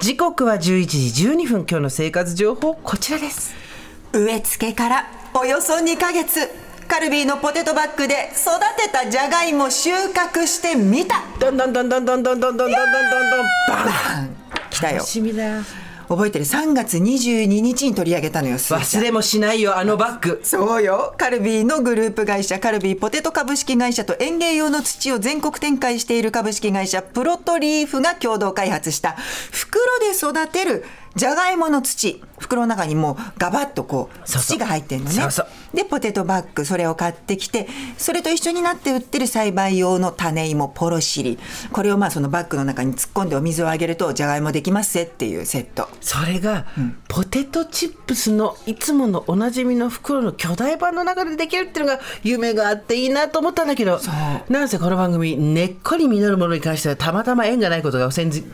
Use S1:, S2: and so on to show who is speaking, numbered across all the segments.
S1: 時刻は11時12分今日の生活情報こちらです
S2: 植え付けからおよそ2ヶ月カルビーのポテトバッグで育てたじゃがいも収穫してみた
S1: どんどんどんどんどんどんどんどんどんどんバン
S2: 来たよ
S1: 楽しみだ
S2: 覚えてる3月22日に取り上げたのよすずち
S1: 忘
S2: ゃん
S1: れもしないよあのバッグ
S2: そうよカルビーのグループ会社カルビーポテト株式会社と園芸用の土を全国展開している株式会社プロトリーフが共同開発した袋で育てるじゃがいもの土袋の中にもうガバッとこう
S1: そうそう
S2: 土が入ってるのね
S1: そうそう
S2: でポテトバッグそれを買ってきてそれと一緒になって売ってる栽培用の種芋ポロシリこれをまあそのバッグの中に突っ込んでお水をあげるとじゃがいもできますぜっていうセット
S1: それが、ポテトチップスのいつものおなじみの袋の巨大版の中でできるっていうのが夢があっていいなと思ったんだけど
S2: う
S1: なんせこの番組根っこに実るものに関してはたまたま縁がないことが先日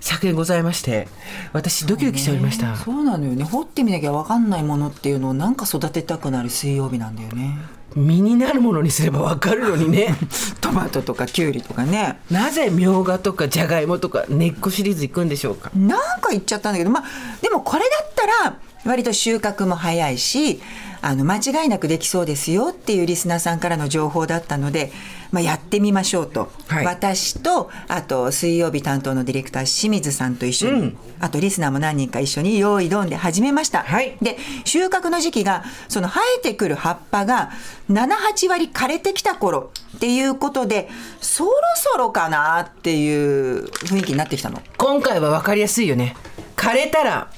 S1: 昨年ございまして私ドキドキしておりました、
S2: そうなのよね掘ってみなきゃ分かんないものっていうのをなんか育てたくなる水曜日なんだよね
S1: 実になるものにすればわかるのにね
S2: トマトとかキュウリとかね
S1: なぜみょうがとかじゃがいもとか根っこシリーズいくんでしょうか
S2: なんか言っちゃったんだけどまあでもこれだったら割と収穫も早いしあの間違いなくできそうですよっていうリスナーさんからの情報だったので、まあ、やってみましょうと、
S1: はい
S2: 私とあと水曜日担当のディレクター清水さんと一緒に、あとリスナーも何人か一緒に用意どんで始めました、
S1: はい
S2: で収穫の時期がその生えてくる葉っぱが78割枯れてきた頃っていうことでそろそろかなっていう雰囲気になってきたの。
S1: 今回はわかりやすいよね枯れたら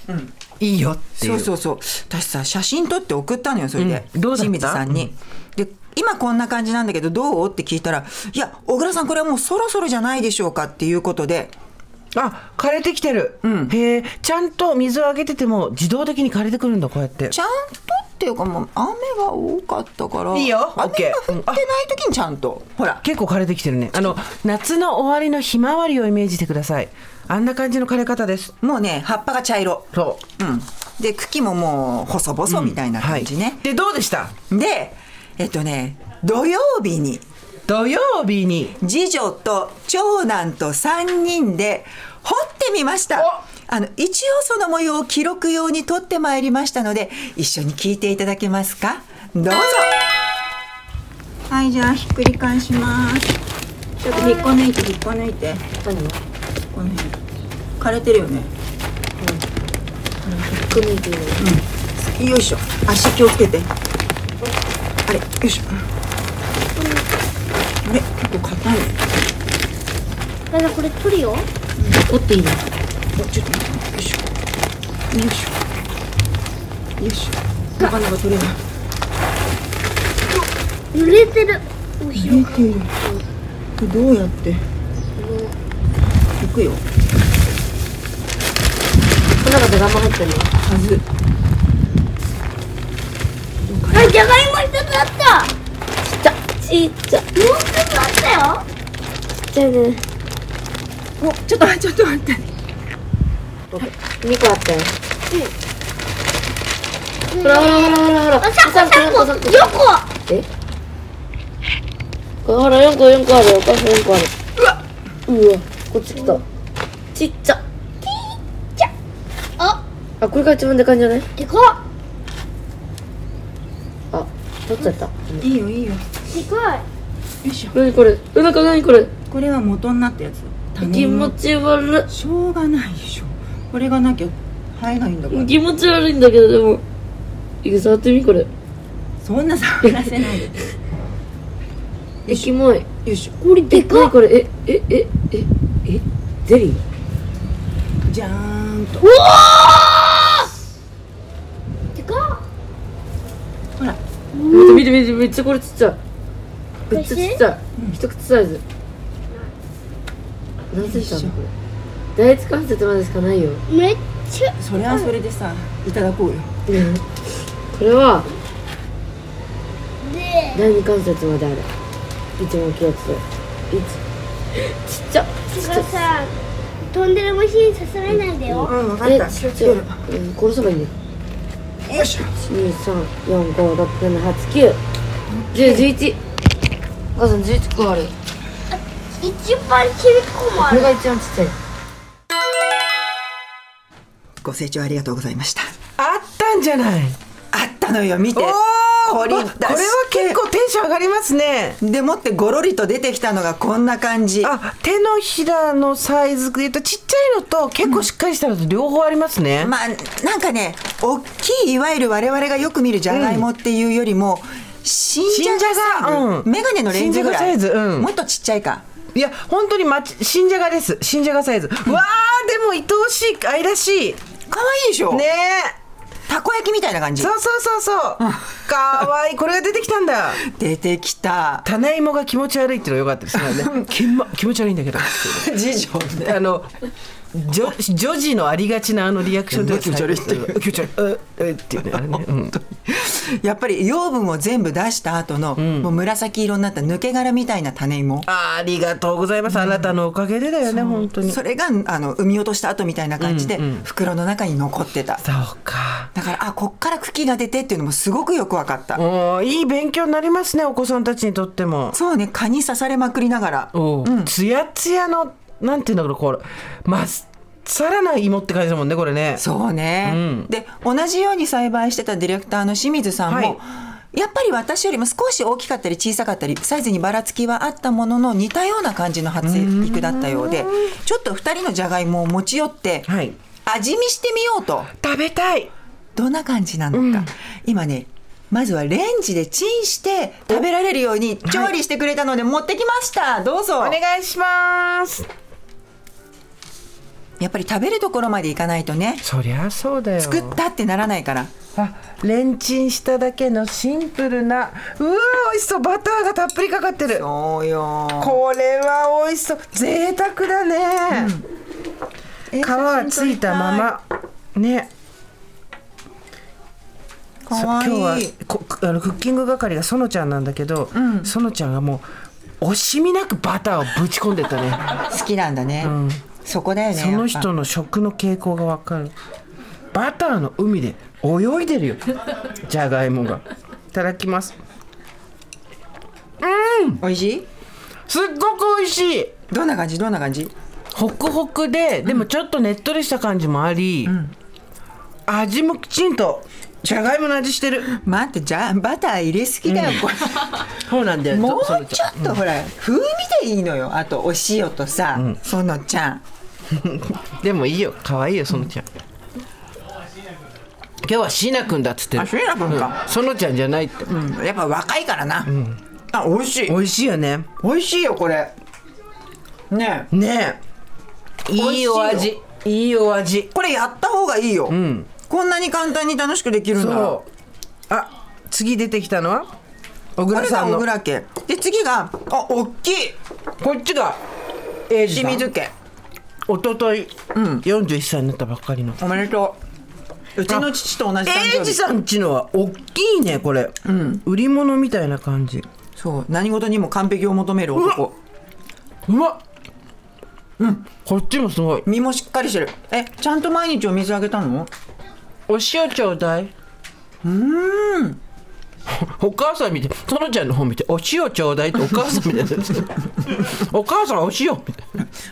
S1: いいよっていう、
S2: そうそうそう私さ写真撮って送ったのよそれで、
S1: うんどうだった
S2: 清水さんに、で今こんな感じなんだけどどうって聞いたら「いや小倉さんこれはもうそろそろじゃないでしょうか」っていうことで
S1: あ枯れてきてる、へえちゃんと水をあげてても自動的に枯れてくるんだこうやって
S2: ちゃんとっていうかもう雨が多かったから
S1: いいよ
S2: 雨が降って
S1: オッケーうん
S2: ない時にちゃんと、ほら
S1: 結構枯れてきてるねあの夏の終わりのひまわりをイメージしてくださいあんな感じの枯れ方です
S2: もうね葉っぱが茶色、
S1: そう
S2: うん、で茎ももう細々みたいな感じ
S1: は
S2: ね
S1: い、、でどうでした
S2: でえっとね土曜日に
S1: 土曜日に
S2: 次女と長男と3人で掘ってみましたあの一応その模様を記録用に撮ってまいりましたので一緒に聞いていただけますかどうぞ
S3: はい、じゃあひっくり返します。ちょっと引っこ抜いて引っこ抜いて。この辺。枯れてるよね。うん。引っこ抜いてる。うん。よいしょ。足気をつけて。あれ、よいしょ。あれ、結構硬いね。
S4: だからこれ取るよ
S3: おちょっと待って。よいしょ。よいしょ。よいしょ。なかなか取れない。
S4: 揺れてる後ろ
S3: 見てる。これどうやって。行くよ。
S4: この中でガマ入ってる
S3: はず。
S4: あじゃがいも一つあったちっちゃちっちゃもう一つあったよちっちゃいね
S3: お、ちょっと、ちょっと待って。
S4: 2個あったよほらほらほらほらほら3個3個4個えこれほら4個4個あるよこれ4個あるうわうわこっち来たちっちゃちっちゃああこれが一番でかいんじゃないでかっあ取っちゃった
S3: いいよいいよ
S4: でかい
S3: よいしょ
S5: 何これえなんか何これ
S3: これは元になったやつ
S5: 気持ち悪
S3: しょうがないでしょこれがなきゃ生えないんだから
S5: い気持ち悪いんだけどでもいく触ってみこれ
S3: そんな触らせないでよ
S5: えキモい
S3: いしょ
S5: これでかいこれえええええゼリー
S3: じゃーんと
S4: でか
S5: 見て見てめっちゃこれちっちゃいめっちゃちっちゃい一口サイズ何センチあるのこれ第一関節までしかないよ
S4: っめっちゃ
S3: それはそれでさいただこうよ
S5: これは
S4: で
S5: 第二関節まである一番大きいやつ一ちっちゃ
S4: だからさ飛んでる虫に刺されないでよ、
S3: うん分
S5: えちっちゃいうん殺せばいいんだよ
S3: よいしょ
S5: 二三四五六七八九十十一。お母さん十一個ある。
S4: 一番ちびっこもあ
S5: こ
S4: る
S5: れが一番ちっちゃい。
S2: ご清聴ありがとうございました
S1: あったんじゃない
S2: あったのよ見て
S1: おおこれは
S2: 出して
S1: 結構テンション上がりますね
S2: でもってゴロリと出てきたのがこんな感じ
S1: あ手のひらのサイズで言うとちっちゃいのと結構しっかりしたのと両方ありますね、
S2: まあなんかね大きいいわゆる我々がよく見るじゃがいもっていうよりも、新じゃがサイズ、
S1: 新じゃがうん
S2: メガネのレンズぐらい
S1: 新じゃがサイズうん
S2: もっとちっちゃいか
S1: いや本当にまち新じゃがです新じゃがサイズ、わあでも愛おしい愛らしい
S2: 可愛いでしょ、
S1: ね
S2: たこ焼きみたいな感
S1: え
S2: じ
S1: そうそうそうそうかわいいこれが出てきたんだ
S2: 出てきた
S1: 種芋が気持ち悪いっていうのが良かったですからね 気,、ま、気持ち悪いんだ けど
S2: 次女ね
S1: あの女女児のありがちなあのリアクションでは
S2: 気持ち悪いっていう
S1: 気持 ち悪いええっていうねあれね、うん
S2: やっぱり養分を全部出した後の、もう紫色になった抜け殻みたいな種芋
S1: あーありがとうございます、あなたのおかげでだよね本当にそ
S2: それがあの産み落とした後みたいな感じで、袋の中に残ってた
S1: うか
S2: だからあこっから茎が出てっていうのもすごくよく分かった、
S1: おーいい勉強になりますねお子さんたちにとっても
S2: そうね蚊に刺されまくりながら
S1: おうつやつやのなんていうんだろうこれまっさらな芋って感じだもんねこれね
S2: そうね、
S1: うん
S2: で同じように栽培してたディレクターの清水さんも、
S1: はい
S2: やっぱり私よりも少し大きかったり小さかったりサイズにばらつきはあったものの似たような感じの発育だったようでちょっと2人のじゃがいもを持ち寄って、
S1: はい
S2: 味見してみようと
S1: 食べたい
S2: どんな感じなのか、今ねまずはレンジでチンして食べられるように調理してくれたので持ってきましたどうぞ
S1: お願いします
S2: やっぱり食べるところまでいかないとね
S1: そりゃそうだよ
S2: 作ったってならないから
S1: あレンチンしただけのシンプルなうわ美味しそうバターがたっぷりかかってる
S2: そうよ
S1: これは美味しそう贅沢だね、皮はついたままね
S2: か
S1: さ
S2: わいい
S1: 今日はこあのクッキング係が園ちゃんなんだけど、園ちゃんがもう惜しみなくバターをぶち込んでった ね
S2: 好きなんだね、そこだよね
S1: その
S2: やっぱ
S1: 人の食の傾向がわかるバターの海で泳いでる よじゃがいもがいただきます
S2: 美味しい
S1: すっごく美味しい
S2: どんな感じどんな感じ
S1: ホクホクででもちょっとねっとりした感じもあり、味もきちんとじゃがいもの味してる
S2: 待ってじゃあバター入れすぎだよ、こ
S1: そうなんだよ
S2: れもう
S1: そそれ
S2: ちょっとほら、風味でいいのよあとお塩とさ、そのちゃん
S1: でもいいよ可愛いよそのちゃん、今日は椎名君だっつってる
S2: あ椎名君か
S1: うんそのちゃんじゃないって、
S2: うんやっぱ若いからな、あ美味しい
S1: 美味しいよね
S2: 美味しいよこれねえ
S1: ねえ
S2: 美味
S1: いい
S2: しいよ
S1: お味いいお味
S2: これやった方がいいよ、こんなに簡単に楽しくできるんだ
S1: そうあ次出てきたのは小倉
S2: これ
S1: さ
S2: が
S1: ん
S2: 小
S1: の
S2: 倉家で次があ大きい
S1: こっちが英二
S2: 清
S1: さん
S2: 水家
S1: おととい、41歳になったばっかりの
S2: おめでとううちの父と同じ誕
S1: 英
S2: 生
S1: 二
S2: 日
S1: さんちのは大きいねこれ、売り物みたいな感じ
S2: そう何事にも完璧を求める男
S1: うまっうんこっちもすごい
S2: 身もしっかりしてるえちゃんと毎日お水あげたの
S1: お塩ちょうだいうんお母さん見て園ちゃんの方見て「お塩ちょうだい」ってお母さんみたいなお母さんお塩」みたい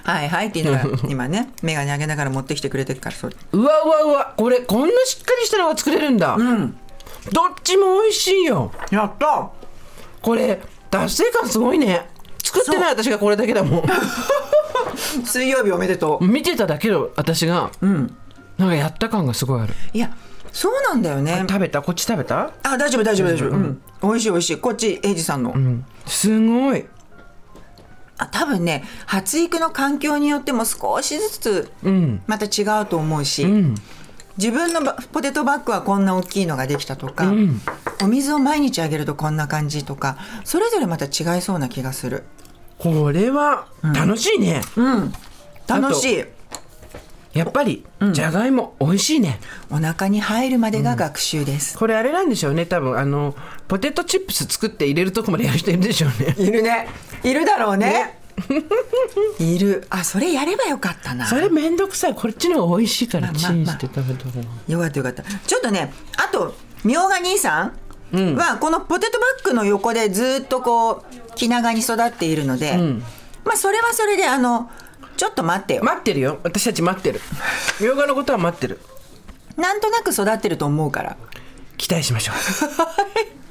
S1: な
S2: はいはいって言いなが ら今ね眼鏡あげながら持ってきてくれてるからそれ
S1: うわうわうわこれこんなしっかりしたのが作れるんだうんどっちも美味しいよ
S2: やった
S1: これ達成感すごいね作ってない私がこれだけだもん
S2: 水曜日おめでとう
S1: 見てただけの私が、なんかやった感がすごいある
S2: いやそうなんだよね
S1: 食べたこっち食べた
S2: あ大丈夫大丈夫大丈夫、うん、美味しい美味しいこっちエイジさんの、
S1: すごい
S2: あ多分ね発育の環境によっても少しずつまた違うと思うし、自分のばポテトバッグはこんな大きいのができたとか、お水を毎日あげるとこんな感じとかそれぞれまた違いそうな気がする
S1: これは楽しいね、
S2: 楽しい
S1: やっぱりじゃがいも美味しいね、
S2: お腹に入るまでが学習です、
S1: これあれなんでしょうね多分あのポテトチップス作って入れるとこまでやる人いるでしょうね
S2: いるねいるだろうねいるあそれやればよかった な
S1: それめんどくさいこっちの方が美味しいから
S2: まあまあ
S1: チンして食べた方が
S2: よかったよかったちょっとねあとみょうが兄さんはこのポテトバッグの横でずっとこう気長に育っているので、まあそれはそれであのちょっと待って よ、
S1: 待ってるよ私たち待ってるみょうがのことは待ってる
S2: なんとなく育ってると思うから
S1: 期待しましょう